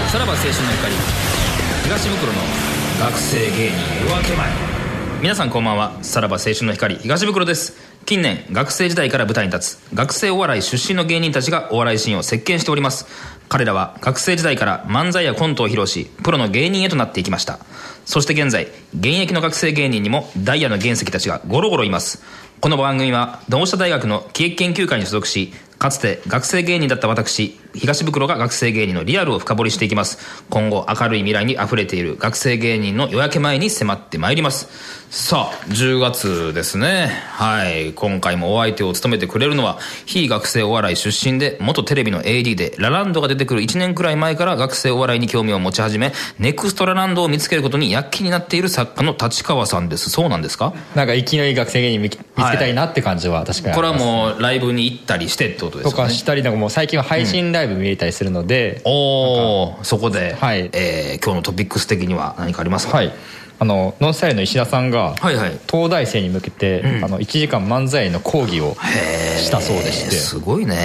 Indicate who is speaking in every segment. Speaker 1: の怒り東袋の学生芸人夜明け前皆さんこんばんはさらば青春の光東袋です近年学生時代から舞台に立つ学生お笑い出身の芸人たちがお笑いシーンを席巻しております彼らは学生時代から漫才やコントを披露しプロの芸人へとなっていきましたそして現在現役の学生芸人にもダイヤの原石たちがゴロゴロいますこの番組は同志社大学の喜劇研究会に所属しかつて学生芸人だった私東袋が学生芸人のリアルを深掘りしていきます今後明るい未来にあふれている学生芸人の夜明け前に迫ってまいりますさあ10月ですねはい今回もお相手を務めてくれるのは非学生お笑い出身で元テレビの AD でラランドが出てくる1年くらい前から学生お笑いに興味を持ち始めネクストラランドを見つけることに躍起になっている作家の立川さんですそうなんですか
Speaker 2: なんか生きのいい学生芸人見つ見つけたいなって感じは確かにあ
Speaker 1: これ
Speaker 2: り
Speaker 1: は
Speaker 2: ます
Speaker 1: もうライブに行ったりしてってことです
Speaker 2: と
Speaker 1: か
Speaker 2: か
Speaker 1: ね
Speaker 2: したりなんかもう最近は配信ライブ見れたりするので、
Speaker 1: おおそこで、
Speaker 2: はい
Speaker 1: えー今日のトピックス的には何かありますか、
Speaker 2: はいあのノンスタイルの石田さんが
Speaker 1: はいはい
Speaker 2: 東大生に向けて、あの1時間漫才の講義をしたそう
Speaker 1: え
Speaker 2: で
Speaker 1: ー
Speaker 2: して
Speaker 1: すごいね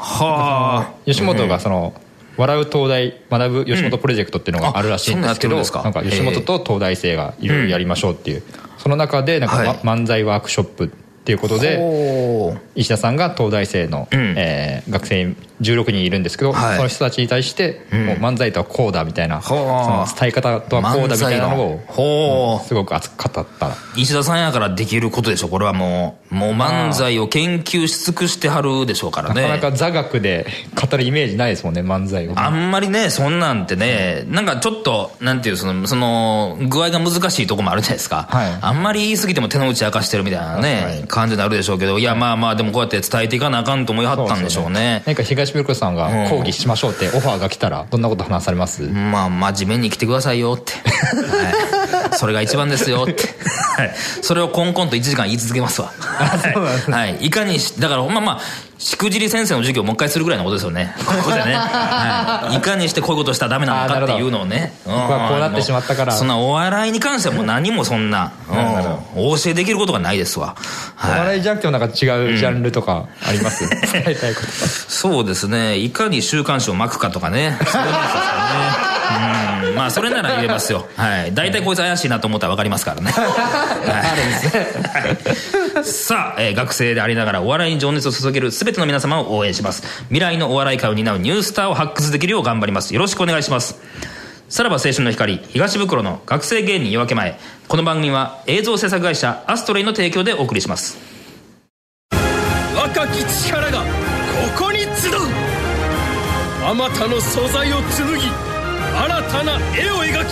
Speaker 1: はあ
Speaker 2: 吉本がその「笑う東大学ぶ吉本プロジェクト」っていうのがあるらしいんですけど、
Speaker 1: あそんな
Speaker 2: な
Speaker 1: やっ
Speaker 2: ん
Speaker 1: て
Speaker 2: か
Speaker 1: るんです
Speaker 2: 吉
Speaker 1: か
Speaker 2: 本と東大生がいろいろやりましょうっていう、その中でなんか、
Speaker 1: はい
Speaker 2: ま漫才ワークショップっていうことで
Speaker 1: おー
Speaker 2: 石田さんが東大生の、
Speaker 1: ん
Speaker 2: えー学生16人いるんですけど、
Speaker 1: はい
Speaker 2: その人たちに対して、もう漫才とはこうだみたいな、そ
Speaker 1: ほう
Speaker 2: の伝え方とはこうだみたいな
Speaker 1: 漫
Speaker 2: のを
Speaker 1: 才のほ
Speaker 2: すごく熱く語ったら
Speaker 1: う石田さんやからできることでしょこれはもうもう漫才を研究し尽くしてはるでしょうからね
Speaker 2: なかなか座学で語るイメージないですもんね漫才を
Speaker 1: あんまりねそんなんってねなんかちょっとなんていうそのその具合が難しいとこもあるじゃないですか、
Speaker 2: はい
Speaker 1: あんまり言い過ぎても手の内明かしてるみたいなね感じになるでしょうけどいやまあまあでもこうやって伝えていかなあかんと思いはったんでしょうね
Speaker 2: なんか東村さん
Speaker 1: うん
Speaker 2: が講義しましょうってオファーが来たらどんなこと話されます、
Speaker 1: まあ、真面目に来てくださいよって。はい。それが一番ですよって。はい。それをコンコンと1時間言い続けますわ。はい。はい。いかにし、だから、まあまあ、しくじり先生の授業をもう一回するぐらいのことですよね。ここでね。はい。いかにしてこういうことしたらダメなのかっていうのをね。僕
Speaker 2: ほど僕はこうなってしまったから
Speaker 1: そんなお笑いに関してはもう何もそんな、うんお教えできることがないですわ。
Speaker 2: お
Speaker 1: はい。
Speaker 2: 笑いじゃなくてもなんか違うジャンルとかあり ます、伝えたいこと
Speaker 1: そうですね。いかに週刊誌を巻くかとかね。そういうことですからね。うん。まあ、それなら言えますよ。はい。大体こいつ怪しいなと思ったらわかります からね。あるんですね。さあ、えー学生でありながらお笑いに情熱を注げる全ての皆様を応援します。未来のお笑い界を担うニュースターを発掘できるよう頑張ります。よろしくお願いします。さらば青春の光東袋の学生芸人夜明け前この番組は映像制作会社アストレイの提供でお送りします
Speaker 3: 若き力がここに集うあまたの素材を紡ぎ新たな絵を描き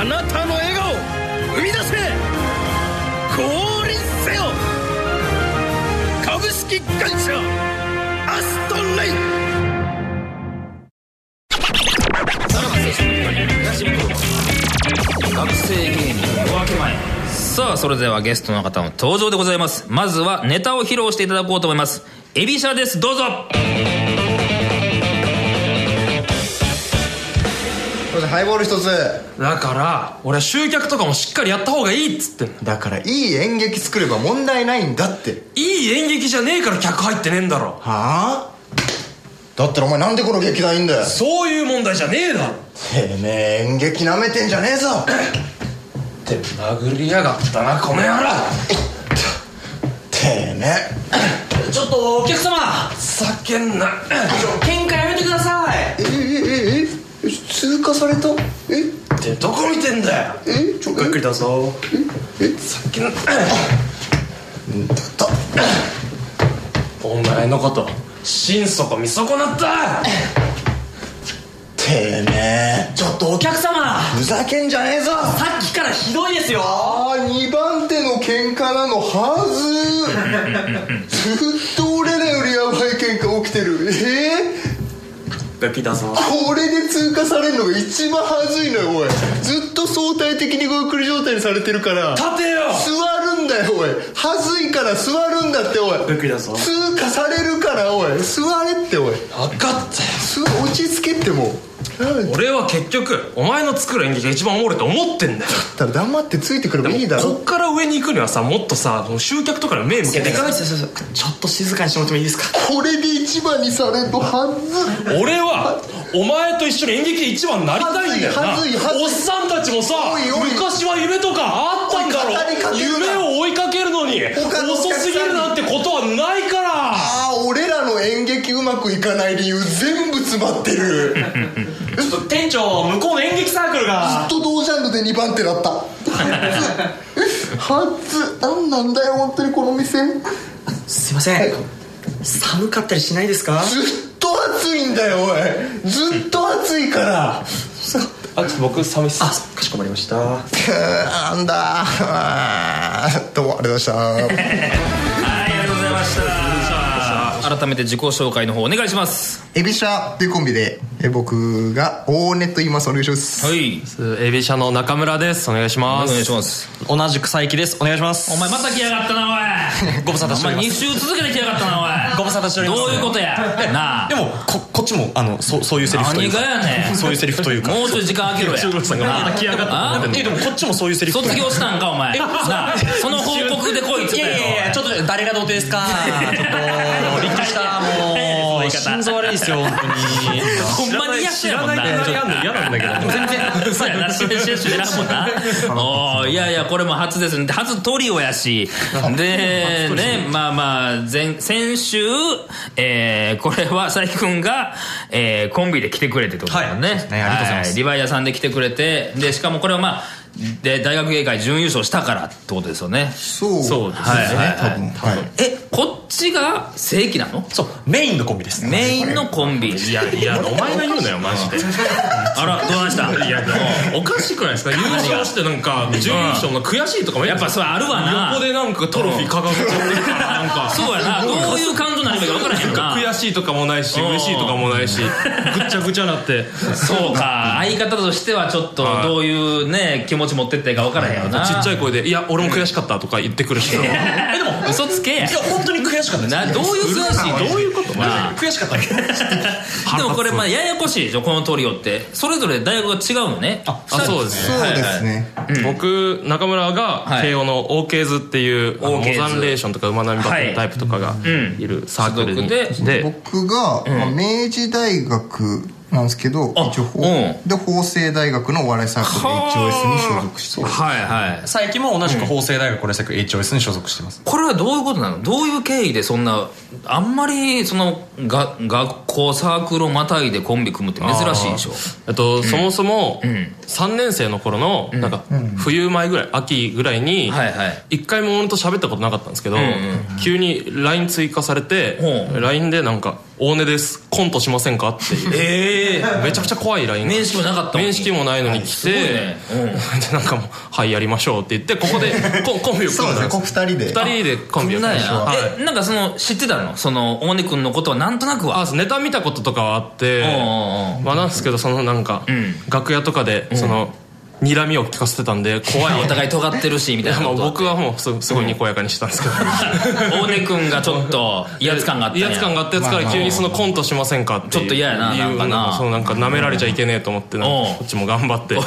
Speaker 3: あなたの笑顔生み出せ降臨せよ株式会社アストレイ
Speaker 1: 学生芸人夜明け前さあそれではゲストの方の登場でございますまずはネタを披露していただこうと思いますエビシャですどうぞ
Speaker 4: そしてハイボール一つ
Speaker 5: だから俺は集客とかもしっかりやった方がいいっつってんの
Speaker 4: だからいい演劇作れば問題ないんだって
Speaker 5: いい演劇じゃねえから客入ってねえんだろ
Speaker 4: はあだったらお前なんでこの劇団いんだよ
Speaker 5: そういう問題じゃねえだろ
Speaker 4: てめえ演劇なめてんじゃねえぞ
Speaker 5: って殴りやがったなこの野郎
Speaker 4: てめ
Speaker 5: ちょっとお客様叫んな喧嘩やめてください
Speaker 4: えええええ通過されたえ
Speaker 5: ってどこ見てんだよ
Speaker 4: えちょ
Speaker 5: ゆっくりどうぞ
Speaker 4: え
Speaker 5: 叫んな
Speaker 4: だ
Speaker 5: お前のこと心底見損なった
Speaker 4: てめえ
Speaker 5: ちょっとお客様
Speaker 4: ふざけんじゃねえぞ
Speaker 5: さっきからひどいですよ
Speaker 4: ああ2番手の喧嘩なのはずずっと俺らよりやばい喧嘩起きてるええ
Speaker 5: ガキだぞ
Speaker 4: これで通過されるのが一番恥ずいのよおいずっと相対的にごゆっくり状態にされてるから
Speaker 5: 立てよ
Speaker 4: 座るんだよおい恥ずいから座るんだっておい
Speaker 5: ゆっくりだぞ
Speaker 4: 通過されるからおい座れっておい
Speaker 5: 分かったよ
Speaker 4: す落ち着けってもう
Speaker 6: 俺は結局お前の作る演劇が一番おもろいと思ってんだよ
Speaker 4: だから黙ってついてくればいいだ
Speaker 6: こ
Speaker 4: ろ
Speaker 6: っから上に行くにはさもっとさもう集客とかに目向けていかないと
Speaker 5: そうそうそうちょっと静かにしてもらってもいいですか
Speaker 4: これで一番にされるとはず
Speaker 6: 俺はお前と一緒に演劇で一番になりたいんだよな
Speaker 4: はずいはずいはずい
Speaker 6: おっさんたちもさ
Speaker 4: おいおい
Speaker 6: 昔は夢とかあったんだろ
Speaker 4: おい語りかけるな
Speaker 6: 夢を追いかけるのに
Speaker 4: 他のお客さんに
Speaker 6: 遅すぎるなんてことはないから
Speaker 4: ああ俺らの演劇うまくいかない理由全部詰まってる
Speaker 5: ちょっと店長向こうの演劇サークル
Speaker 4: ずっ
Speaker 5: が
Speaker 4: と同ジャンルで2番手だ ったはず何なんだよ本当にこの店ずっ
Speaker 5: すいません寒かったりしないですか
Speaker 4: と暑いんだよおいずっと暑いから
Speaker 6: あちょっと僕寂し
Speaker 5: あかしこまりました
Speaker 4: なんだあーどうもありがとうございました
Speaker 1: はいありがとうございました改めて自己紹介の方お願いします
Speaker 4: エビシャというコンビでえ僕が大根と言いますお願いします
Speaker 1: はい
Speaker 6: エビシャの中村ですお願いし
Speaker 1: お
Speaker 6: ま
Speaker 1: 願いします
Speaker 5: 同じく佐伯ですお願いします
Speaker 1: お前また来やがったなお い
Speaker 5: ご無沙汰しております
Speaker 1: お前2週続けて来やがったなおい
Speaker 5: ご無沙汰しております
Speaker 1: どういうことやなあ
Speaker 5: でもここっちもあのそうそういうセリフという
Speaker 1: 何が
Speaker 5: か
Speaker 1: やねん
Speaker 5: そういうセリフというか
Speaker 1: もうちょい時間空けろや
Speaker 6: さんがまた来や
Speaker 1: あ
Speaker 5: えでもこっちもそういうセリフという
Speaker 1: 卒
Speaker 5: か
Speaker 1: 業したんかお前
Speaker 5: え
Speaker 1: なあその報告で来いっつっ
Speaker 5: い
Speaker 1: た
Speaker 5: やいやいや
Speaker 1: や
Speaker 5: ちょっと誰が童貞ですかちょ っとびっくりしたもう心臓悪いですよ本当に
Speaker 1: ほんまに嫌
Speaker 6: 知
Speaker 1: や
Speaker 6: ら
Speaker 1: もん
Speaker 6: ない
Speaker 1: な
Speaker 6: くらいあんの嫌なんだけど
Speaker 5: 全然
Speaker 1: そうやな、知らん知らん知らんもんな。おーいやいや、これも初ですね。初トリオやし。で、ね、まあまあ、前、先週、えー、これは佐伯くんが、えー、コンビで来てくれてってことだもんね。はい、
Speaker 5: ねありがとうございます
Speaker 1: リヴァイアさんで来てくれて、で、しかもこれはまあ、で、大学芸会準優勝したからってことですよね。
Speaker 4: そう
Speaker 6: そうですね
Speaker 4: はいはいはい
Speaker 1: え、こっちが正規なの
Speaker 5: そうメインのコンビです
Speaker 1: メインのコンビ。いや
Speaker 6: いやお前が言うなよマジで
Speaker 1: あら、どうなんした
Speaker 6: いやおかしくないですか優勝してなんか準優勝の悔しいとかも
Speaker 1: やっぱそれあるわな。
Speaker 6: 横でなんかトロフィー掲げちゃって るからなんか
Speaker 1: そうやな。どういう感情になるか分からへんな。
Speaker 6: 悔しいとかもないし
Speaker 1: うん
Speaker 6: 嬉しいとかもないしぐっちゃぐちゃな って
Speaker 1: そうか相方としてはちょっと
Speaker 6: はい
Speaker 1: どういうね気持ち持ってっていいか分からへんよな
Speaker 6: ちっちゃい声で「いや俺も悔しかった」とか言ってくるしな
Speaker 1: えでも嘘つ
Speaker 5: い
Speaker 1: け
Speaker 5: や本当に悔しかったです
Speaker 1: などういう悔しいどういうこと
Speaker 5: 悔しかった
Speaker 1: でもこれまあややこしいでしょこのトリオってそれぞれ大学が違うのねあ
Speaker 6: あそうですね
Speaker 4: そうですね
Speaker 6: 僕中村
Speaker 1: は
Speaker 6: が
Speaker 1: い
Speaker 6: 慶応のオーケーズっていうあの
Speaker 1: オ
Speaker 6: モ
Speaker 1: ーケーズ
Speaker 6: ザンレーションとか馬並バトルタイプとかが
Speaker 1: ん
Speaker 6: いるサークルに
Speaker 1: 所属
Speaker 6: で
Speaker 4: 僕が、まあ明治大学なんですけど
Speaker 1: あ
Speaker 4: 一応法、
Speaker 1: うん
Speaker 4: で法政大学のお笑いサークル HOS に所属してます
Speaker 1: はいはい
Speaker 5: 最近も同じく法政大学これ作 HOS に所属してます
Speaker 1: これはどういうことなのどういう経緯でそんなあんまりそのが学校サークルをまたいでコンビ組むって珍しいでしょ
Speaker 6: えっとそもそも
Speaker 1: ん
Speaker 6: 3年生の頃のなんか冬前ぐらい秋ぐらいに
Speaker 1: はいはい
Speaker 6: 一回も俺と喋ったことなかったんですけど
Speaker 1: んうん
Speaker 6: 急に LINE 追加されて
Speaker 1: ほ
Speaker 6: LINE でなんか「大根ですコントしませんか?」っていう
Speaker 1: ええ
Speaker 6: めちゃくちゃ怖い LINE
Speaker 1: 面識もなかったのに
Speaker 6: 面識もないのに来
Speaker 1: すごいね
Speaker 6: て でなんかもう「はいやりましょう」って言ってこ こでコンコンビを
Speaker 4: そう
Speaker 6: 組ん
Speaker 4: です
Speaker 6: だん
Speaker 4: ね
Speaker 6: です
Speaker 4: こう2人で
Speaker 6: 二人でコンビを組
Speaker 1: なんん
Speaker 6: で
Speaker 1: や
Speaker 6: すはい
Speaker 1: えなんかその知ってたのその大根君のことはなんとなくは
Speaker 6: あネタ見たこととかはあって
Speaker 1: うんうんうん
Speaker 6: まあなんですけどそのなんか
Speaker 1: ん
Speaker 6: 楽屋とかでその睨みを聞かせてたんで怖い
Speaker 1: お互い尖ってるしみたいな
Speaker 6: まあ
Speaker 1: こと
Speaker 6: 僕はもうすすごいにこやかにしてたん ですけど
Speaker 1: 大根君がちょっと威圧感があったん
Speaker 6: 威
Speaker 1: や
Speaker 6: 圧感があったやつから急にそのコントしませんかっていう
Speaker 1: ちょっと嫌やななんかな
Speaker 6: そのなんか舐められちゃいけねえと思ってなん
Speaker 1: うん
Speaker 6: かこっちも頑張って
Speaker 1: うん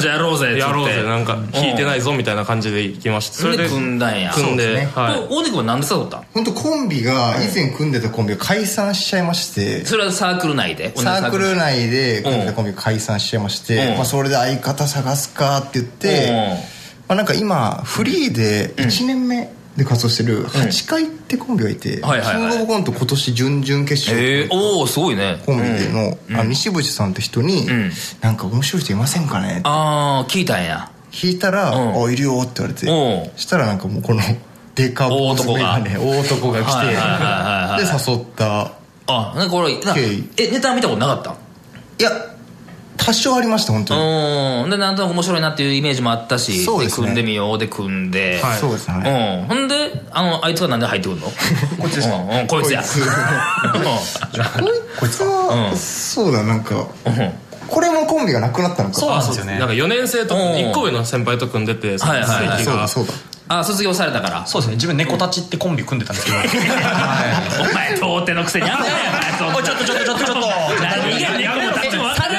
Speaker 1: じゃあやろうぜっつって
Speaker 6: やろうぜなんか聞いてないぞみたいな感じで行きました
Speaker 1: それで組んだんや
Speaker 6: 組ん
Speaker 4: そう
Speaker 6: で
Speaker 4: ですね
Speaker 6: はい
Speaker 1: 大根君はなんで誘ったの
Speaker 4: 本当コンビが以前組んでたコンビが解散しちゃいまして
Speaker 1: それはサークル内で同じ
Speaker 4: サークル内で組んで
Speaker 1: う
Speaker 4: た
Speaker 1: ん
Speaker 4: コンビが解散しちゃいまし
Speaker 1: うん
Speaker 4: て、まあ、それで相方探すかって言っ
Speaker 1: う
Speaker 4: て
Speaker 1: ん、
Speaker 4: まあ、なんか今フリーで1年目で活動してる8回ってコンビがいて、
Speaker 1: はいはいはい
Speaker 4: キングオブコント今年準々決勝
Speaker 1: ええおおすごいね
Speaker 4: コンビでの,、あの西渕さんって人に、
Speaker 1: ん
Speaker 4: なんか面白い人いませんかね?」って
Speaker 1: ああ聞いたんや
Speaker 4: 聞いたら「
Speaker 1: うん
Speaker 4: あいるよ」って言われて
Speaker 1: うん
Speaker 4: したらなんかもうこのデカ坊主メガネ大男が来
Speaker 1: はいはいはいはい
Speaker 4: てで誘った
Speaker 1: あなんかこれな
Speaker 4: 経緯
Speaker 1: えネタ見たことなかったん
Speaker 4: いや多少ありました本当に
Speaker 1: うんでなんとなく面白いなっていうイメージもあったし
Speaker 4: そうですね
Speaker 1: 組んでみようで組んで、
Speaker 6: はい
Speaker 4: そうですね
Speaker 1: うん、ほんであのあいつはなんで入ってくるのこいつですか、うんうん、こいつや
Speaker 4: こいつこいつ
Speaker 1: うん
Speaker 4: はそうだなんか
Speaker 1: うんうん
Speaker 4: これもコンビがなくなったのか
Speaker 5: そうなんですよ
Speaker 6: な
Speaker 5: ね
Speaker 6: んか4年生と
Speaker 1: うん
Speaker 6: 1個上の先輩と組んでてその
Speaker 1: はいはいはい
Speaker 6: 席
Speaker 4: そう
Speaker 6: が
Speaker 4: だそうだ
Speaker 1: あ卒業されたから
Speaker 5: そうですね自分猫たちってコンビ組んでたんですけど
Speaker 1: お前到底のくせにやめろや
Speaker 5: おいちょっとちょっとちょっとちょっと
Speaker 1: 何が猫たちも分かる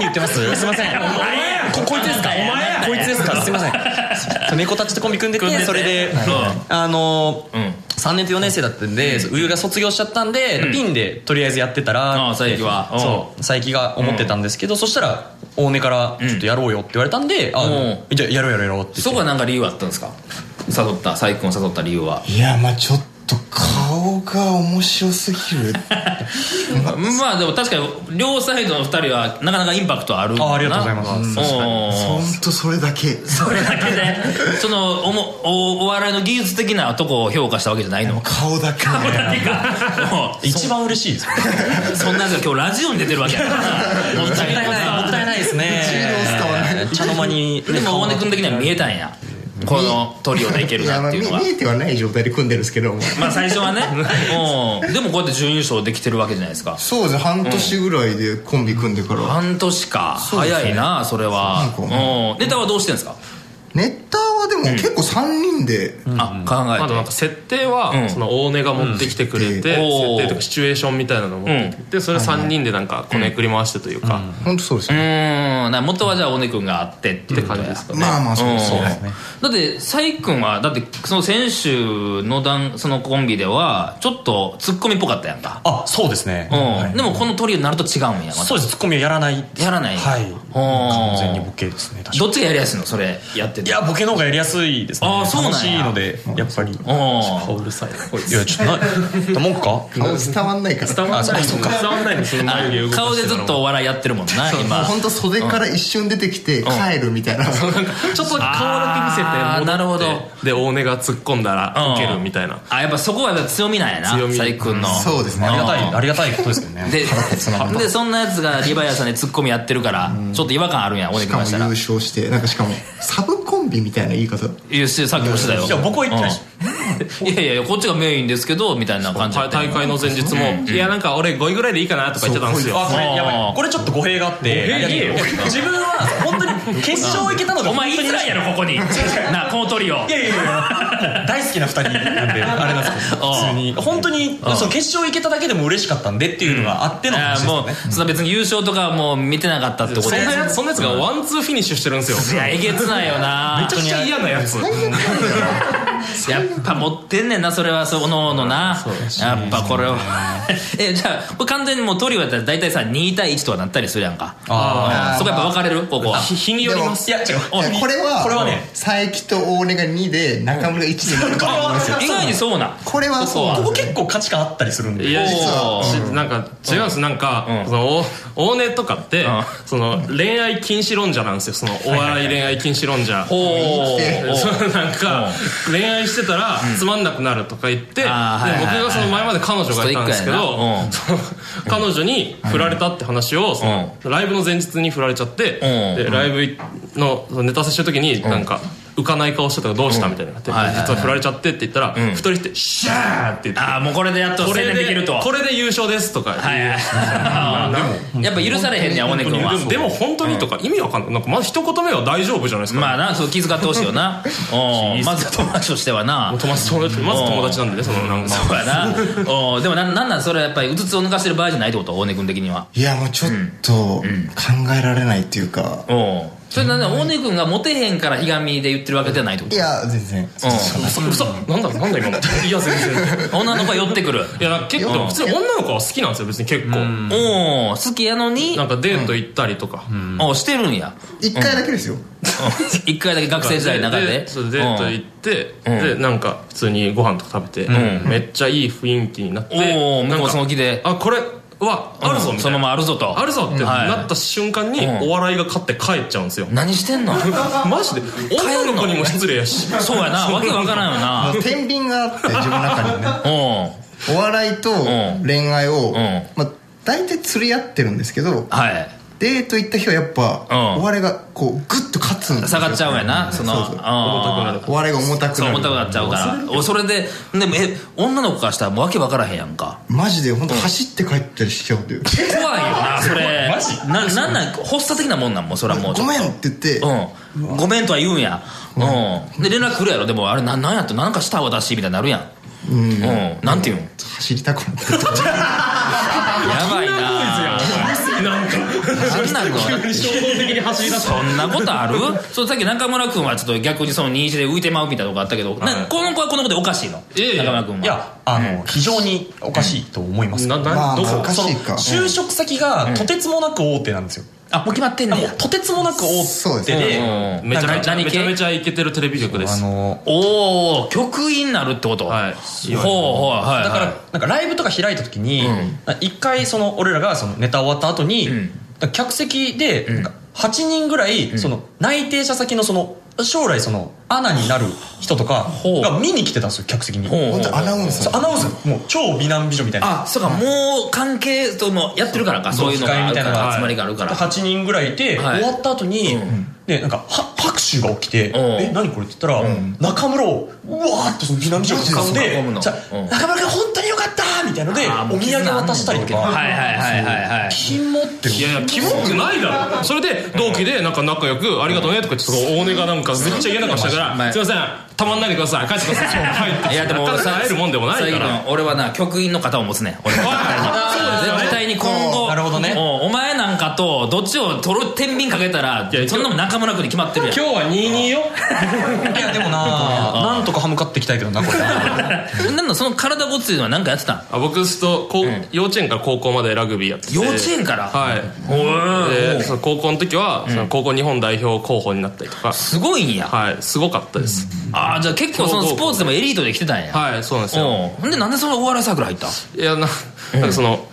Speaker 7: 言ってますすいませんここいつですか こいつですかすいません猫たちとコンビ組んでてそれであのー3年と4年生だったんで上が卒業しちゃったんでピンでとりあえずやってたら
Speaker 1: あ佐伯はうん
Speaker 7: そう佐伯が思ってたんですけどそしたら大根からちょっとやろうよって言われたんであじゃあやろうやろうやろうって
Speaker 1: そこは何か理由あったんですか誘った佐伯君を誘った理由はい
Speaker 4: やまあちょっと顔が面白すぎる
Speaker 1: まあでも確かに両サイドの2人はなかなかインパクトある
Speaker 7: あありがとうございます
Speaker 1: す
Speaker 4: 本当それだけ
Speaker 1: それだけでそのおもおお笑いの技術的なとこを評価したわけじゃないの
Speaker 4: 顔だけ
Speaker 1: 何かもう
Speaker 7: 一番嬉しいです
Speaker 1: そんなやつが今日ラジオに出てるわけやからもったいない
Speaker 7: もったいないですね茶の間に
Speaker 1: でも大根君的には見えたんやこのトリオでいける
Speaker 4: いやま
Speaker 1: なっ
Speaker 4: あ
Speaker 1: て
Speaker 4: 見
Speaker 1: いうのは
Speaker 4: 見えてはない状態で組んでるんですけども
Speaker 1: まあ最初はねうんでもこうやって準優勝できてるわけじゃないですか
Speaker 4: そうですね半年ぐらいでコンビ組んでから
Speaker 1: 半年か早いなそれは
Speaker 4: そうなんか
Speaker 1: うんネタはどうしてんですか
Speaker 4: ネタはでも結構3人で
Speaker 1: あ考え
Speaker 6: ま
Speaker 1: て
Speaker 6: だなんか設定
Speaker 1: うん
Speaker 6: はその大根が持ってきてくれて設
Speaker 1: おー
Speaker 6: 定とかシチュエーションみたいなのを持ってきてそれ3人でなんかこねくり回してというか
Speaker 4: 本当そうです
Speaker 1: う
Speaker 4: ね
Speaker 1: ーんな元はじゃあ尾根君があってっていうこと
Speaker 6: って感じ
Speaker 1: や
Speaker 6: ですか
Speaker 4: まあまあそうですね
Speaker 1: だって崔君はだってその先週の段そのコンビではちょっとツッコミっぽかったやんか
Speaker 7: あそうですね
Speaker 1: うん、でもこのトリオになると違うんやまた
Speaker 7: そうですツッコミをやらない
Speaker 1: やらない
Speaker 7: はい
Speaker 1: うん
Speaker 7: 完全にボケですね確か
Speaker 1: どっちがやりやすいのそれやって
Speaker 7: に
Speaker 1: て
Speaker 7: いやボケの方がやりやすいですね
Speaker 1: あーそうなんや
Speaker 7: 楽しいのでやっぱり
Speaker 1: うん
Speaker 6: うるさい
Speaker 7: いやちょっ とな文句か
Speaker 4: 顔伝わんないから
Speaker 6: 伝わんない
Speaker 7: あそうか
Speaker 6: 伝わんないのその眉毛動かしてたの
Speaker 1: 顔でずっとお笑いやってるもんな 今
Speaker 4: 本当袖から一瞬出てきて帰るみたいな
Speaker 6: ちょっと顔だけ見せて
Speaker 1: あー
Speaker 6: 戻って
Speaker 1: なるほど
Speaker 6: で大根が突っ込んだ
Speaker 1: うん
Speaker 6: ら受けるみたいな
Speaker 1: あやっぱそこはやっぱ強みなんやな
Speaker 6: 強み
Speaker 1: 崔君の
Speaker 4: そうですね
Speaker 7: ありが
Speaker 1: うん
Speaker 7: たいありがたいことですよね
Speaker 1: ででそんなやつがリバヤさんでツッコミやってるからちょっと違和感あるんや尾根
Speaker 4: し
Speaker 1: 君
Speaker 4: かも
Speaker 1: が
Speaker 4: 優
Speaker 1: したら
Speaker 4: 勝してなんかしかもサブコンビみたいな言い方
Speaker 1: いやしさっきもしてたよ
Speaker 7: いや僕は言ってないし
Speaker 1: うんいやいやいやこっちがメインですけどみたいな感じだ
Speaker 6: 大
Speaker 1: ったよ
Speaker 6: 会の前日も「いやなんか俺5位ぐらいでいいかな」とか言ってたんですよ
Speaker 7: あこれやば
Speaker 1: あー
Speaker 7: いこれちょっと語弊があって
Speaker 6: 語弊言えよ
Speaker 7: いや自分は本当に決勝行けたのが
Speaker 1: お前
Speaker 7: 本当
Speaker 1: 言い
Speaker 7: に
Speaker 1: づらいやろここになこのトリオ
Speaker 7: いやいやいや大好きな2人なんであれなんですけど普通に本当にその決勝行けただけでも嬉しかったんでっていうのがあっての
Speaker 1: あー
Speaker 7: 話です
Speaker 1: も
Speaker 7: よ
Speaker 1: う
Speaker 7: ね
Speaker 1: そんな別に優勝とかはもう見てなかったってこと
Speaker 6: そん
Speaker 1: い
Speaker 6: なやつそんなやつがワンツーフィニッシュしてるんですよ
Speaker 1: やえげつないよな
Speaker 6: めちゃくちゃ嫌なやつ
Speaker 1: やっぱ持ってんねんなそれはそののなやっぱこれはえじゃあこれ完全にもうトリオやったら大体さ2対1とかなったりするやんか
Speaker 7: あ
Speaker 1: うんそこやっぱ分かれるここは
Speaker 6: 日によります
Speaker 7: いや違う
Speaker 4: いやこれは
Speaker 7: これはね
Speaker 4: 佐伯と大根が2で中村が1になるから
Speaker 1: 意外にそうなん
Speaker 4: これはそう
Speaker 7: ここ結構価値観あったりするんで
Speaker 6: いや
Speaker 1: おー
Speaker 6: 実はしなんか違うんですなんかそのお大根とかって
Speaker 1: うん
Speaker 6: その恋愛禁止論者なんですよそのお笑い恋愛禁止論者
Speaker 1: おお
Speaker 6: そうなんか恋愛してたらつまんなくなるとか言ってで僕
Speaker 1: あーはいはいはい
Speaker 6: がその前まで彼女がいたんですけど
Speaker 1: ス
Speaker 6: その彼女に振られたって話をそのライブの前日に振られちゃって
Speaker 1: うん
Speaker 6: でライブのそのネタ合わせしてる時になんか浮かない顔してたからどうしたみたいになって実
Speaker 1: はいはいはい
Speaker 6: は振られちゃってって言ったら二人してシャーって言って
Speaker 1: ああもうこれでやっと
Speaker 6: こ
Speaker 1: 宣
Speaker 6: れ
Speaker 1: 伝できると
Speaker 6: でこれで優勝ですとか言う
Speaker 1: はいはいやっぱ許されへんねや尾根君は
Speaker 6: でもでも本当にとか意味わかんないなんかまず一言目は大丈夫じゃないですか、
Speaker 1: まあなそう気遣ってほしいよ なうんまず友達としてはな
Speaker 6: 友達友達まず友達なんでねそのなんか
Speaker 1: そうやなおーでもななんなんそれはやっぱりうつつを抜かしてる場合じゃないってこと大根君的にはい
Speaker 4: やもうちょっと考えられないっていうか
Speaker 1: おーそれなんだ大根君がモテへんからひがみで言ってるわけじゃないってこ
Speaker 4: いや全然
Speaker 1: とうん
Speaker 6: 嘘嘘なんだなんだ今のいや全然
Speaker 1: 女の子が寄ってくる
Speaker 6: いやなんか結構普通に女の子は好きなんですよ別に結構
Speaker 1: おー好きやのに
Speaker 6: なんかデート行ったりとか
Speaker 1: おーしてるんや
Speaker 4: 一回だけですよ
Speaker 1: 一回だけ学生時代の中で
Speaker 6: そうデート行ってでなんか普通にご飯とか食べてめっちゃいい雰囲気になって
Speaker 1: おー
Speaker 6: な
Speaker 1: 向
Speaker 6: ん
Speaker 1: こう
Speaker 6: か
Speaker 1: その気で
Speaker 6: あこれはあるぞ
Speaker 1: うん
Speaker 6: み
Speaker 1: そ
Speaker 6: たい
Speaker 1: のま
Speaker 6: な
Speaker 1: まあるぞと
Speaker 6: あるぞって
Speaker 1: はい
Speaker 6: なった瞬間に
Speaker 1: うん
Speaker 6: お笑いが勝って帰っちゃうんですよ
Speaker 1: 何してん の
Speaker 6: マジで女の子にも失礼や し
Speaker 1: そうやなわけわからんよな
Speaker 4: 天秤があって自分の中にね
Speaker 1: うん
Speaker 4: お笑いと
Speaker 1: ん
Speaker 4: 恋愛を、
Speaker 1: ん
Speaker 4: まあ、大体釣り合ってるんですけど
Speaker 1: はい
Speaker 4: デート行った日はやっぱ、
Speaker 1: うん
Speaker 4: お笑いがこうグッと勝つんです
Speaker 1: 下
Speaker 4: よ
Speaker 1: がっちゃうんやなその
Speaker 4: そうそう
Speaker 1: あー
Speaker 4: お笑いが重たく
Speaker 1: そう
Speaker 4: な
Speaker 1: 重
Speaker 4: る
Speaker 1: たくなっちゃうからおそれででもえ女の子からしたらもうわけわからへんやんか
Speaker 4: マジで本当走って帰ったりしちゃうんだよ
Speaker 1: 怖いよなそれななんなん発作的なもんなんもうそれはもう
Speaker 4: ごめんって言って、
Speaker 1: うんごめんとは言うんやうんで連絡来るやろでもあれななんやとなんかした私みたいになるやんうんなんていうんや
Speaker 4: 走りたくなって
Speaker 1: ばいな
Speaker 6: なんか
Speaker 1: 何なの
Speaker 6: 的に走り出す
Speaker 1: そんなことあるそうさっき中村君はちょっと逆にその認識で浮いてまうみたいなとこあったけど、なこの子はこの子でおかしいの、
Speaker 6: いやいや
Speaker 1: 中村君はい
Speaker 7: やあの非常におかしいと思います
Speaker 6: な
Speaker 4: ま
Speaker 6: な
Speaker 4: あ
Speaker 6: ど
Speaker 4: まあ
Speaker 6: こ
Speaker 4: おかしいか
Speaker 7: 就職先がとてつもなく大手なんですよ
Speaker 1: あもう決まってんね
Speaker 7: も
Speaker 1: や
Speaker 7: うとてつもなく大手で
Speaker 1: うん
Speaker 6: めちゃめちゃ
Speaker 1: 何
Speaker 6: めちゃ
Speaker 1: 系
Speaker 6: めちゃイケてるテレビ局で
Speaker 7: あ
Speaker 6: す
Speaker 7: の
Speaker 1: おお局員になるってこと
Speaker 6: はい
Speaker 1: ほうほうはい
Speaker 7: だか
Speaker 1: はい
Speaker 7: らなんかライブとか開いた時に一回その俺らがそのネタ終わった後に
Speaker 1: ん
Speaker 7: なんか客席でなんか8人ぐらいその内定者先のその将来そのアナになる人とか
Speaker 1: う
Speaker 7: が見に来てたんですよ客席に
Speaker 1: ほうほ
Speaker 4: 本
Speaker 1: う
Speaker 4: 当アナウンサ
Speaker 7: そうアナウンスもう超美男美女みたいな
Speaker 1: あそうかもう関係ともやってるからかそういうのがあるか
Speaker 7: 同期会みたいなの
Speaker 1: ら
Speaker 7: が
Speaker 1: 集まりがあるから
Speaker 7: 8人ぐらいいて、
Speaker 1: はい
Speaker 7: 終わった後に、
Speaker 1: うん
Speaker 7: でなんかは拍手が起きて
Speaker 1: ん
Speaker 7: 「え何これ?」って言ったら、中村をうわーっとその南条が囲ん
Speaker 1: マジで囲むの
Speaker 7: で「じゃ
Speaker 1: うん
Speaker 7: 中村君本当によかった!」みたいので
Speaker 1: あーもう
Speaker 7: お土産渡したりと
Speaker 1: はい
Speaker 7: か
Speaker 1: はいはいはいはい
Speaker 7: 「金持ってる
Speaker 6: いやいやキモくないだろそれで同期でなんか仲良く「ありがとうね」とか言ってそこ大根がなんかめっちゃ嫌な顔したか
Speaker 1: まあ
Speaker 6: ら「すいませんたまんないでください帰ってください」はい
Speaker 1: いやでも
Speaker 6: な
Speaker 1: 俺
Speaker 6: かなか会えるもんでもないか
Speaker 1: 最
Speaker 6: ら
Speaker 1: 近俺はな局員の肩を持つね俺は絶対に絶対に今後
Speaker 7: なるほどね
Speaker 1: おお前なんかとどっちを取る天秤かけたら
Speaker 6: いや
Speaker 1: そんなもん中村君に決まってるやん
Speaker 6: 今日は22よ
Speaker 7: いやでもな なんとか歯向かっていきたいけどなこれ
Speaker 1: なんだその体ごっついのは何かやってたん
Speaker 6: あ僕ずっとこう幼稚園から高校までラグビーやってて
Speaker 1: 幼稚園から
Speaker 6: はい
Speaker 1: お
Speaker 6: で
Speaker 1: い
Speaker 6: その高校の時はその高校日本代表候補になったりとか
Speaker 1: すごいんや
Speaker 6: はいすごかったです
Speaker 1: ああじゃあ結構そのスポーツでもエリートで来てたんや
Speaker 6: はいそうなんですよ
Speaker 1: おうほんでなんでそのお笑いサークル入った
Speaker 6: いやななんかその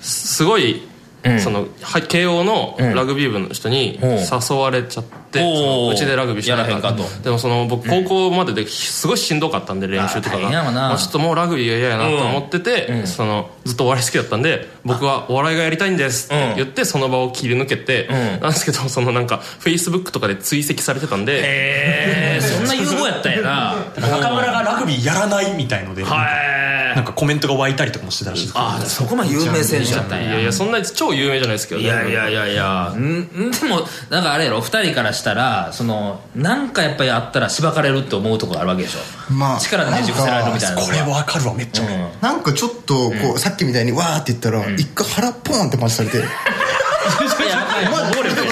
Speaker 6: すすごい
Speaker 1: ん
Speaker 6: そのは慶応のラグビー部の人に
Speaker 1: うん
Speaker 6: 誘われちゃって
Speaker 1: おー
Speaker 6: そのうちでラグビーしな
Speaker 1: やらへんか
Speaker 6: とでもその僕高校までですごいしんどかったんで練習
Speaker 1: あ
Speaker 6: とか
Speaker 1: ー大変やわ
Speaker 6: が
Speaker 1: な
Speaker 6: もうちょっともうラグビーが嫌やなと思っててそのずっとお笑い好きだったんで僕はお笑いがやりたいんですって言ってその場を切り抜けて
Speaker 1: うん
Speaker 6: なんですけどそのなんかフェイスブックとかで追跡されてたんで
Speaker 1: ええそんな有望やったんやな
Speaker 7: 中村がラグビーやらないみたいので、
Speaker 1: はい
Speaker 7: なんかコメントが湧いたりとかもしてたらしいです
Speaker 1: ああそこまで有名選手だったん
Speaker 6: いや
Speaker 1: や
Speaker 6: いやそんな超有名じゃないですけど
Speaker 1: い
Speaker 6: ね
Speaker 1: やいやいやいやんんでもなんかあれやろ二人からしたらそのなんかやっぱりあったらしばかれるって思うとこがあるわけでしょ
Speaker 4: ーまあ
Speaker 1: 力でねじ伏せられるみたいな
Speaker 7: これわかるわめっちゃ俺、
Speaker 4: なんかちょっとこう、さっきみたいにわーって言ったら、一回腹ポンってパン チされて
Speaker 1: いや暴力や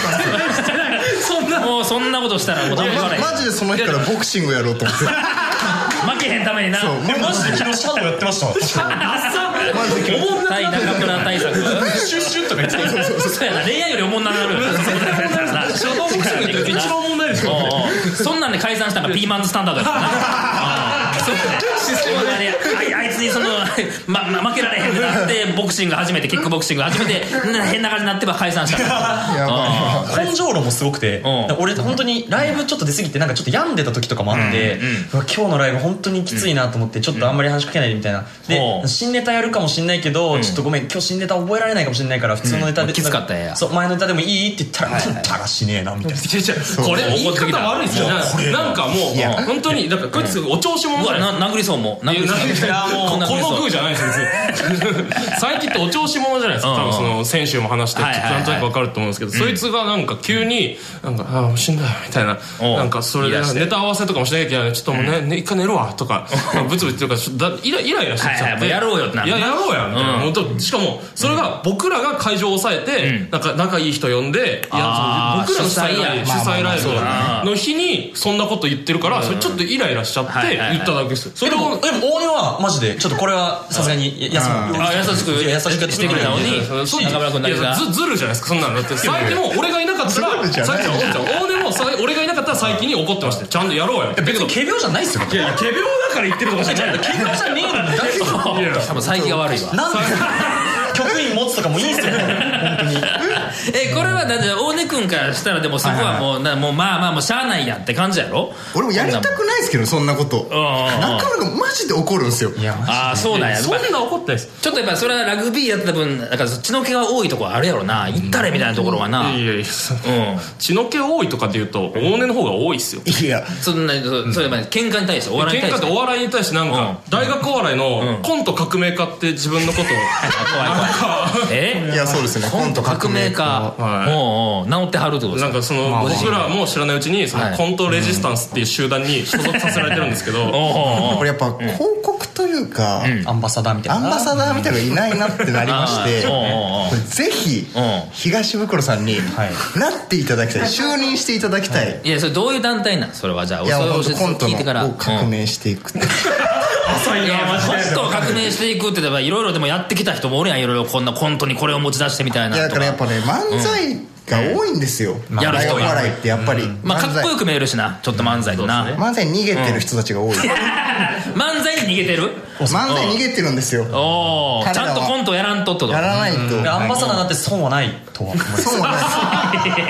Speaker 1: そんなもうそんなことしたらもうダメ
Speaker 4: まマジでその日からボクシングやろう と思って
Speaker 1: 負けへんためにな
Speaker 4: そう
Speaker 7: でマジで昨日シャドウやってましたわ
Speaker 4: マジで
Speaker 1: 対中村対策
Speaker 7: シュッシュッとか言ってた
Speaker 1: そうやな恋愛よりおもんなくなる 初動ボクシングって一番
Speaker 6: 問題ですよ
Speaker 1: そんなんで解散したのがピーマンズスタンダードやからなああそうねそうだねあいあいつにその、 まま負けられへんってなってボクシング始めてキックボクシング始めてな変な感じになってば解散したから
Speaker 4: やばい
Speaker 1: ああ
Speaker 7: 根性論もすごくて
Speaker 1: うん
Speaker 7: 俺本当にライブちょっと出過ぎてなんかちょっと病んでた時とかもあって、
Speaker 1: うんうん
Speaker 7: うわ今日のライブ本当にきついなと思ってちょっとあんまり話しかけないでみたいな、
Speaker 1: ほう
Speaker 7: で新ネタやるかもしんないけど、ちょっとごめん今日新ネタ覚えられないかもしんないから普通のネタで、
Speaker 1: うんきつかったんや
Speaker 7: そう前のネタでもいいって言ったら 「たらしねえな」みたいな。
Speaker 6: 違う違うこれ言い方悪いですよねなんかも
Speaker 4: や
Speaker 6: う本当にだからこいつお調子者
Speaker 1: う
Speaker 6: だ
Speaker 1: わ
Speaker 6: よ
Speaker 1: な殴りそうもう殴りそう
Speaker 6: いやもうこの空じゃないですよ別に最近ってお調子者じゃないですか
Speaker 1: うん
Speaker 6: 多分その先週も話して
Speaker 1: はいはいはい
Speaker 6: なんとなく分かると思うんですけどそいつがなんか急になんか「ああ死んだよ」みたいな
Speaker 1: おう
Speaker 6: なんかそれで
Speaker 1: 言い出して
Speaker 6: ネタ合わせとかもしなきゃいけないちょっともうねね一回寝るわとかまあブツブツ言ってるからちょっとだイライライラしてきち
Speaker 1: はいは
Speaker 6: ゃっ
Speaker 1: いも
Speaker 6: て
Speaker 1: うやろうよってなる
Speaker 6: いややろうやみたいな
Speaker 1: うん
Speaker 6: もうとしかもそれが僕らが会場を抑えてなんか仲いい人呼んでい
Speaker 1: あ
Speaker 6: や
Speaker 1: ー
Speaker 6: 僕らの主催ライブ主
Speaker 1: 主
Speaker 6: 催ラ
Speaker 1: まあまあ
Speaker 6: イ
Speaker 1: まあそうだ
Speaker 6: ブの日にそんなこと言ってるからそれちょっとイライラしちゃって
Speaker 1: はいはいはい
Speaker 6: 言っただけですよそ
Speaker 7: で
Speaker 6: れ
Speaker 7: も
Speaker 6: を
Speaker 7: でも大根はマジでちょっとこれはさすがにや安く
Speaker 1: あ優しく
Speaker 7: いや優しくやってくれたの
Speaker 1: して
Speaker 7: に
Speaker 1: くれたのに
Speaker 6: そう
Speaker 1: 中村君だけが
Speaker 6: いやずずるじゃないですかそんなのだって最近も俺がいなかったら
Speaker 4: ずるじゃない
Speaker 6: 最近怒っちゃう大根もさ俺がいなかったら最近に怒ってましたよちゃんとやろうよだけ
Speaker 7: 別
Speaker 6: ど
Speaker 7: に
Speaker 6: い
Speaker 7: 仮病じゃないっすよ
Speaker 6: やいや仮病だから言ってるとかじゃない
Speaker 7: 仮病じゃねえんだ
Speaker 6: いや
Speaker 1: 多分最近が悪いわ
Speaker 7: なんで局員持つとかもいいんすよ
Speaker 1: えこれはだって大根君からしたらでもそこはもうなもうまあまあもうしゃあないやんって感じやろ
Speaker 4: 俺もやりたくないですけどそんなこと
Speaker 1: んうん
Speaker 4: なかなかマジで怒るんですよ
Speaker 1: ああそうなんや
Speaker 6: そんな怒ってないです
Speaker 1: ちょっとやっぱそれはラグビーやってた分なんかそっちの毛が多いとこはあるやろな行ったれみたいなところはない
Speaker 6: やい
Speaker 1: うん
Speaker 6: や血の気多いとかで言うと大根の方が多いっすよ
Speaker 4: いや
Speaker 1: そんなそそれまで喧嘩に対してお笑いに
Speaker 6: 喧
Speaker 1: 対
Speaker 6: 嘩
Speaker 1: し
Speaker 6: っててお笑いに対してなんか大学お笑いのコント革命家って自分のことを
Speaker 1: あ怖い怖いえ
Speaker 4: いやそうですね
Speaker 1: コント革命家
Speaker 6: はい
Speaker 1: おうおう治ってはるって ことです
Speaker 6: なん
Speaker 1: か
Speaker 6: かその僕らも知らないうちにそ
Speaker 1: はい
Speaker 6: のコントレジスタンスっていう集団に所属させられてるんですけど
Speaker 1: おうおうおう
Speaker 4: これやっぱ広告というか、
Speaker 7: アンバサダーみた
Speaker 4: ア
Speaker 7: い
Speaker 4: ン
Speaker 7: な
Speaker 4: バサダーみたいなのがいないなってなりまして
Speaker 1: うん
Speaker 4: これぜひ
Speaker 1: うん
Speaker 4: 東袋さんになっていただきたい就任していただきたい
Speaker 1: いやそれどういう団体なんそれはじゃあ
Speaker 4: いや
Speaker 1: それ
Speaker 4: も
Speaker 1: を
Speaker 4: うコント
Speaker 1: 聞いてから
Speaker 4: のを革
Speaker 1: うん
Speaker 4: 命していくって
Speaker 1: いやコントを革命していくって言えばいろいろでもやってきた人もおるやんいろいろこんなコントにこれを持ち出してみたいない
Speaker 4: やだ
Speaker 1: と
Speaker 4: からやっぱね漫才が多いんですよ
Speaker 1: やる人
Speaker 4: 大
Speaker 1: は
Speaker 4: お笑いってやっぱり
Speaker 1: まあ
Speaker 4: 漫
Speaker 1: かっ
Speaker 4: 才
Speaker 1: こよく見えるしなちょっと漫才とな、
Speaker 4: 漫才に逃げてる人たちが多い
Speaker 1: 漫才に逃げてる
Speaker 4: 漫才逃げてるんですよ
Speaker 1: おおち
Speaker 4: 彼ら
Speaker 1: ゃんと
Speaker 4: は
Speaker 1: コントやらんとってこと
Speaker 4: やらないと
Speaker 7: アンバサダーなんて損はないとは思います
Speaker 4: そうない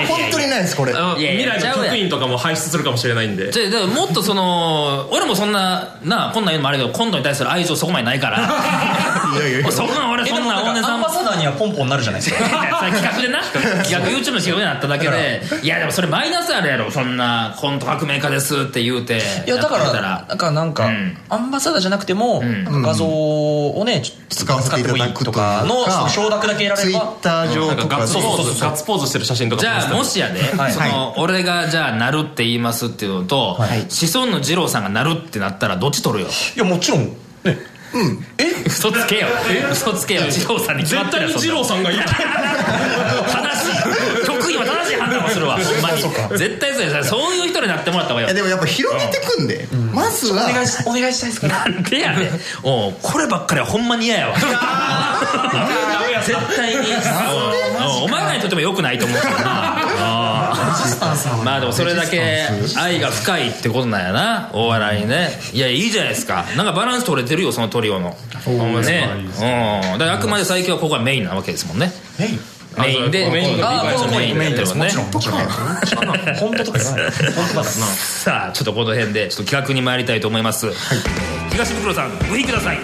Speaker 4: 本当にないですこれ
Speaker 6: あの
Speaker 1: いやい
Speaker 6: 未
Speaker 1: や
Speaker 6: 来の局員とかも輩出するかもしれないんで
Speaker 1: じゃあだからもっとその俺もそんななあこんなん言うのもあれだけどコントに対する愛情そこまでないから
Speaker 4: いやいやいや
Speaker 1: そんなん俺
Speaker 7: え
Speaker 1: そ
Speaker 7: で
Speaker 1: ん
Speaker 7: も
Speaker 1: なん
Speaker 7: な
Speaker 1: 大
Speaker 7: ん
Speaker 1: 根
Speaker 7: か
Speaker 1: さ
Speaker 7: ア
Speaker 1: ん
Speaker 7: ンバサダーにはポンポンなるじゃないですか
Speaker 1: いやそれ企画でな企画 YouTube の仕事になっただけでいやでもそれマイナスあるやろそんなコント革命家ですって言うて
Speaker 7: いやだか
Speaker 1: やって
Speaker 7: ら
Speaker 1: みた
Speaker 7: だからなんか、
Speaker 1: うん
Speaker 7: アンバサダーじゃなくても、なんか画像をねちょっと
Speaker 4: 使わせていただくと
Speaker 7: 使ってもいい
Speaker 4: か
Speaker 7: とかのその承諾だけ得られ
Speaker 4: ツ
Speaker 7: れ
Speaker 4: イッ
Speaker 7: ば
Speaker 4: ター上
Speaker 6: なんか
Speaker 4: と
Speaker 6: ガッ
Speaker 4: か
Speaker 6: ツポーズガッツポーズしてる写真とか
Speaker 1: じゃあもしやで、
Speaker 7: はい
Speaker 1: その俺がじゃあなるって言いますっていうのと、
Speaker 4: い
Speaker 1: 子孫の二郎さんがなるってなったらどっち取るよ
Speaker 7: いやもちろんねえ
Speaker 1: 嘘つけよ嘘つけよ二郎さんに決まっ
Speaker 6: 絶
Speaker 1: て
Speaker 6: 対
Speaker 1: る
Speaker 6: に
Speaker 1: よ
Speaker 6: 二郎
Speaker 1: そ
Speaker 6: さんがいる
Speaker 1: んなの正しい局員は正しい判断をするわ ほんまに絶対そうやそういう人になってもらった方が
Speaker 4: いや
Speaker 1: よ
Speaker 4: でもやっぱ広げてくんでまずは
Speaker 7: お願いしお願いしたいですから
Speaker 1: なんでやねんおうこればっかりはほんまに嫌やわ 絶対におうお前らにとっても良くないと思うけどなまあでもそれだけ愛が深いってことなんやなお笑いねいやいいじゃないですかなんかバランス取れてるよそのトリオのねうんだからあくまで最強はここがメインなわけですもんねメインで
Speaker 6: メインが
Speaker 1: あそうメインメインですね
Speaker 7: 本当とか言わない本当だから
Speaker 1: さあちょっとこの辺でちょっと企画に参りたいと思います、東袋さんご覧ください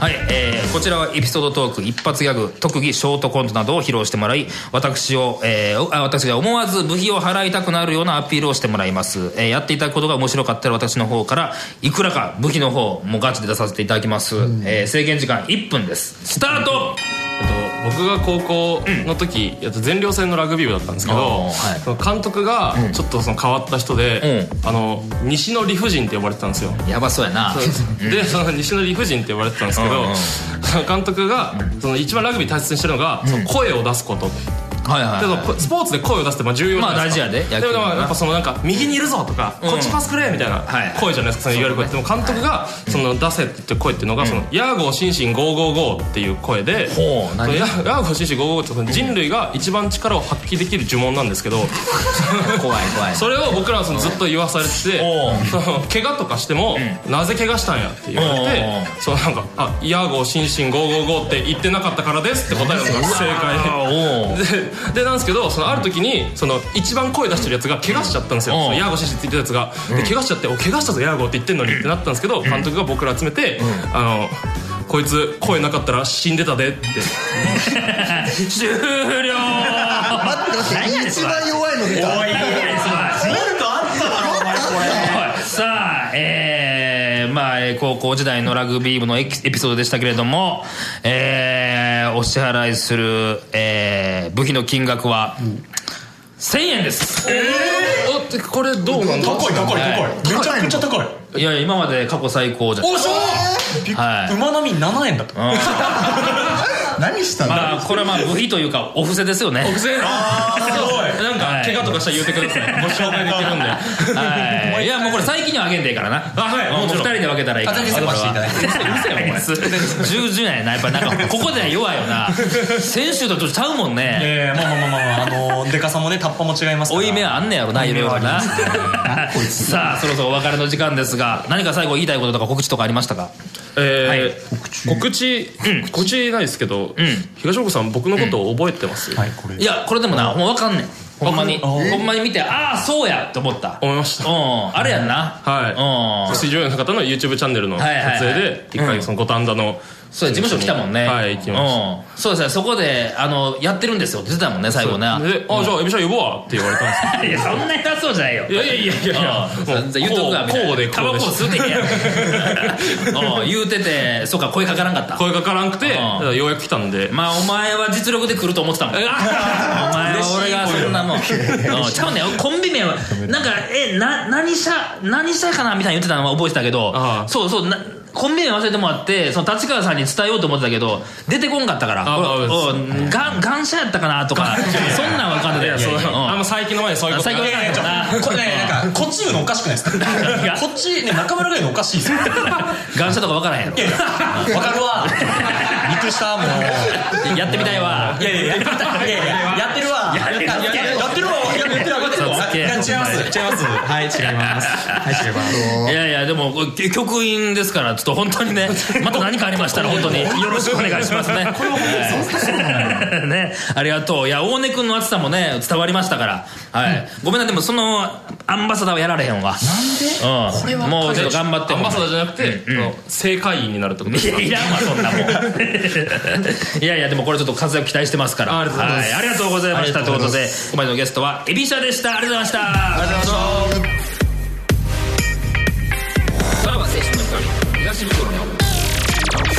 Speaker 1: はい、えーこちらはエピソードトーク一発ギャグ特技ショートコントなどを披露してもらい私を、えーおあ私が思わず部費を払いたくなるようなアピールをしてもらいます、えーやっていただくことが面白かったら私の方からいくらか部費の方もガチで出させていただきます、えー制限時間1分ですスタート
Speaker 6: えっと僕が高校の時、えっと全寮制のラグビー部だったんですけど、
Speaker 1: あーはい
Speaker 6: その監督がちょっとその変わった人で、あの西の理不尽って呼ばれてたんですよ
Speaker 1: やば そうやな
Speaker 6: でその西の理不尽って呼ばれてたんですけど、
Speaker 1: うんうん
Speaker 6: その監督がその一番ラグビー大切にしてるのが、その声を出すこと
Speaker 1: はいはい、
Speaker 6: でそのこスポーツで声を出すってまあ重要じゃな
Speaker 1: ま
Speaker 6: いですか
Speaker 1: あ大事やで野球
Speaker 6: でも
Speaker 1: はな
Speaker 6: やっぱそのなんか右にいるぞとか、こっちパスくれみたいな
Speaker 1: はい
Speaker 6: 声じゃないですか、そのいわゆる声、でも監督がその出せって言って声っていうのが、そのヤーゴーシンシンゴーゴーゴーっていう声で、
Speaker 1: ほう
Speaker 6: その
Speaker 1: 何
Speaker 6: ヤーゴーシンシンゴーゴーゴーってその人類が一番力を発揮できる呪文なんですけど、
Speaker 1: 怖い怖い
Speaker 6: それを僕らはそのずっと言わされててその怪我とかしても、なぜ怪我したんやって言われて
Speaker 1: う
Speaker 6: そうなんか「あヤーゴーシンシンゴーゴーゴーって言ってなかったからです」って答えるのが正解
Speaker 1: おう
Speaker 6: ででなんですけどそのある時にその一番声出してるやつが怪我しちゃったんですよ、
Speaker 1: うん
Speaker 6: そのヤーゴシシって言ってたやつが、で怪我しちゃって「お怪我したぞヤーゴ」って言ってんのにってなったんですけど、監督が僕ら集めて、あの「こいつ声なかったら死んでたで」って
Speaker 1: 終 了
Speaker 4: 待って待
Speaker 1: 何やね
Speaker 4: って
Speaker 1: ん
Speaker 4: 一番弱いの出た
Speaker 1: さあえーまあえー高校時代のラグビー部のエキエピソードでしたけれどもえーお支払いするえー部費の金額は1000円です
Speaker 6: おってこれどうなんだ
Speaker 4: 高い高い高いめちゃくちゃ高い
Speaker 1: いや今まで過去最高じゃん
Speaker 7: おしょ
Speaker 1: はい
Speaker 7: 馬並み7円だと
Speaker 4: 何したんだ
Speaker 1: まあこれはまあ部費というかお布施ですよね
Speaker 6: すごいなん
Speaker 1: は
Speaker 6: か
Speaker 1: い
Speaker 6: 怪我とかしたら言うてくださ いご紹介できるんで
Speaker 1: はいいやもうこれ最近にはあげんでいいからなあ
Speaker 6: はいもちろん
Speaker 1: 2人で分けたらいいから
Speaker 7: あ全然せばして いた
Speaker 1: 従順やな やっぱなんかここでは弱いよな先週とちょっとちゃうもんね
Speaker 7: ええまあまあまあまあまああのでかさもねタッパも違いますから
Speaker 1: 追い目はあんねやろな、いろいろな。さあ、そろそろお別れの時間ですが、何か最後言いたいこととか告知とかありましたか
Speaker 6: えー告知告知ないですけど、東岡さん僕のこと覚えてます、
Speaker 1: いや、これでもな、ほんまわかんねん。ほんまに。ほんまに見て、ああ、そうやと思った。
Speaker 6: 思いまし
Speaker 1: う
Speaker 6: た
Speaker 1: ん、あれやんな。
Speaker 6: はい
Speaker 1: うん。
Speaker 6: 水上の方の YouTube チャンネルの撮
Speaker 1: はいはいはい
Speaker 6: 影で一
Speaker 1: うん
Speaker 6: 回その五反田の
Speaker 1: そうや事務所来たもんね。
Speaker 6: はい行きまし
Speaker 1: うん。そうですね、そこで、あの、やってるんですよって言ってたもんね、最後ね
Speaker 6: た。で「あじゃあエビシャ呼ぼうわ」って言われたん です
Speaker 1: いや、そんな偉そうじゃないよ。
Speaker 6: いやいやいやいやいや
Speaker 1: うん言っとくわみたいな
Speaker 6: こうでこうで
Speaker 1: タバコを吸うてへんやん うん言うててそうか声かからんかった
Speaker 6: 声がからんくて
Speaker 1: うん
Speaker 6: ようやく来たんで
Speaker 1: まあお前は実力で来ると思ってたもんお前は俺がそんなもん うんちゃうねんコンビ名はなんかえな何社何社かなみたいに言ってたのは覚えてたけど
Speaker 6: ああ
Speaker 1: そうそうなコンビ名忘れてもらってその立川さんに伝えようと思ってたけど出てこんかったから
Speaker 6: あまあ
Speaker 1: うんがんがんしゃやったかなと かそんなん分かんない
Speaker 6: いやそうあんま
Speaker 1: 最
Speaker 6: 最近の前にそういうこと
Speaker 1: 近分かんないな
Speaker 7: これねなん かこっち言うのおかしくないですかこっちね中村が言うのおかしいですよ
Speaker 1: ガンシャとか分からへんやろ
Speaker 7: わかるわびっくりしたもう
Speaker 1: やってみたいわ
Speaker 7: いやいややってたいやいややってるわやってるわやってるわやってるわやってるわ
Speaker 1: 嘘つけ
Speaker 7: いや違います違いますはい違いますはい違います
Speaker 1: いやいやでもこれ局員ですからちょっと本当に ねまた何かありましたら本当によろしくお願いしますね ねありがとういや大根君の熱さもね伝わりましたからはいごめんなでもそのアンバサダーはやられへんわなんでこれはもうちょっと頑張って
Speaker 6: アンバサダーじゃなくて、その正会員になるってことですか
Speaker 1: いやいらんわそんなも んいやいやでもこれちょっと活躍期待してますから
Speaker 6: ありがとうございます
Speaker 1: はいありがとうございましたということで今回のゲストはエビシャでしたありがとうございましたありがとうございましたさらば青春の光東袋の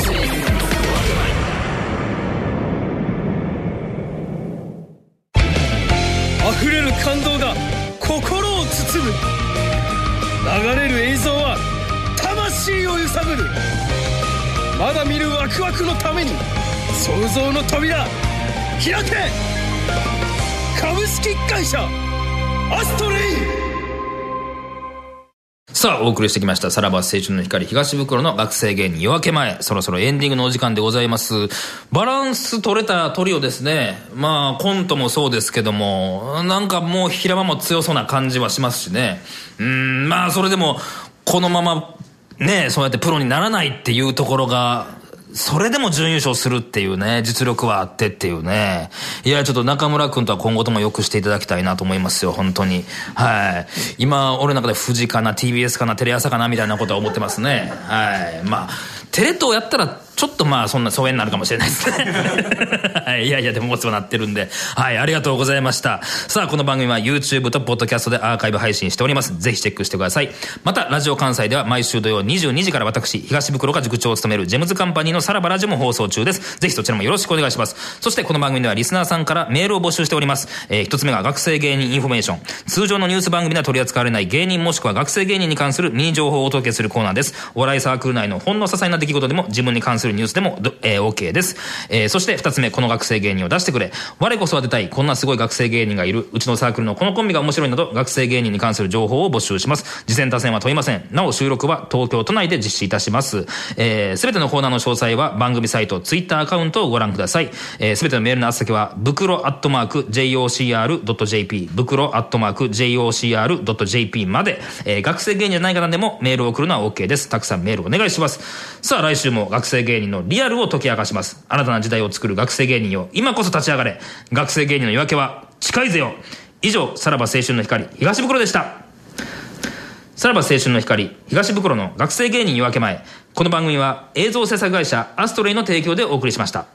Speaker 3: 溢れる感動が心を包む流れる映像は魂を揺さぶるまだ見るワクワクのために創造の扉開け株式会社アストレイン
Speaker 1: さあ、お送りしてきました。さらば青春の光東袋の学生芸人夜明け前。そろそろエンディングのお時間でございます。バランス取れたトリオですね。まあ、コントもそうですけども、なんかもう平場も強そうな感じはしますしね。うーん、まあ、それでも、このまま、ね、そうやってプロにならないっていうところが、それでも準優勝するっていうね、実力はあってっていうね。いや、ちょっと中村くんとは今後ともよくしていただきたいなと思いますよ、本当に。はい。今、俺の中で富士かな、TBS かな、テレ朝かな、みたいなことは思ってますね。はい。まあ、テレ東やったら、ちょっとまあ、そんな疎遠になるかもしれないですね。 はいいやいや、でももうそうなってるんで。はい、ありがとうございました。さあ、この番組は YouTube と Podcast でアーカイブ配信しております。ぜひチェックしてください。また、ラジオ関西では毎週土曜22時から私、東袋が塾長を務めるジェムズカンパニーのさらばラジオも放送中です。ぜひそちらもよろしくお願いします。そして、この番組ではリスナーさんからメールを募集しております。えー一つ目が学生芸人インフォメーション。通常のニュース番組では取り扱われない芸人もしくは学生芸人に関するミニ情報をお届けするコーナーです。お笑いサークル内のほんの些細な出来事でも自分に関するニュースでもど、えー OK です。えーそして二つ目、この学生芸人を出してくれ。我こそは出たい。こんなすごい学生芸人がいる。うちのサークルのこのコンビが面白いなど、学生芸人に関する情報を募集します。事前多選は問いません。なお、収録は東京都内で実施いたします。えーすべてのコーナーの詳細は番組サイト、ツイッターアカウントをご覧ください。えーすべてのメールの宛先は、袋アットマーク JOCR.jp、袋アットマーク JOCR.jp まで、えー学生芸人じゃない方でもメールを送るのは OK です。たくさんメールお願いします。さあ、来週も学生芸人のリアルを解き明かします。新たな時代を作る学生芸人よ、今こそ立ち上がれ。学生芸人の夜明けは近いぜよ。以上、さらば青春の光、東袋でした。さらば青春の光東袋の学生芸人夜明け前この番組は映像制作会社アストレイの提供でお送りしました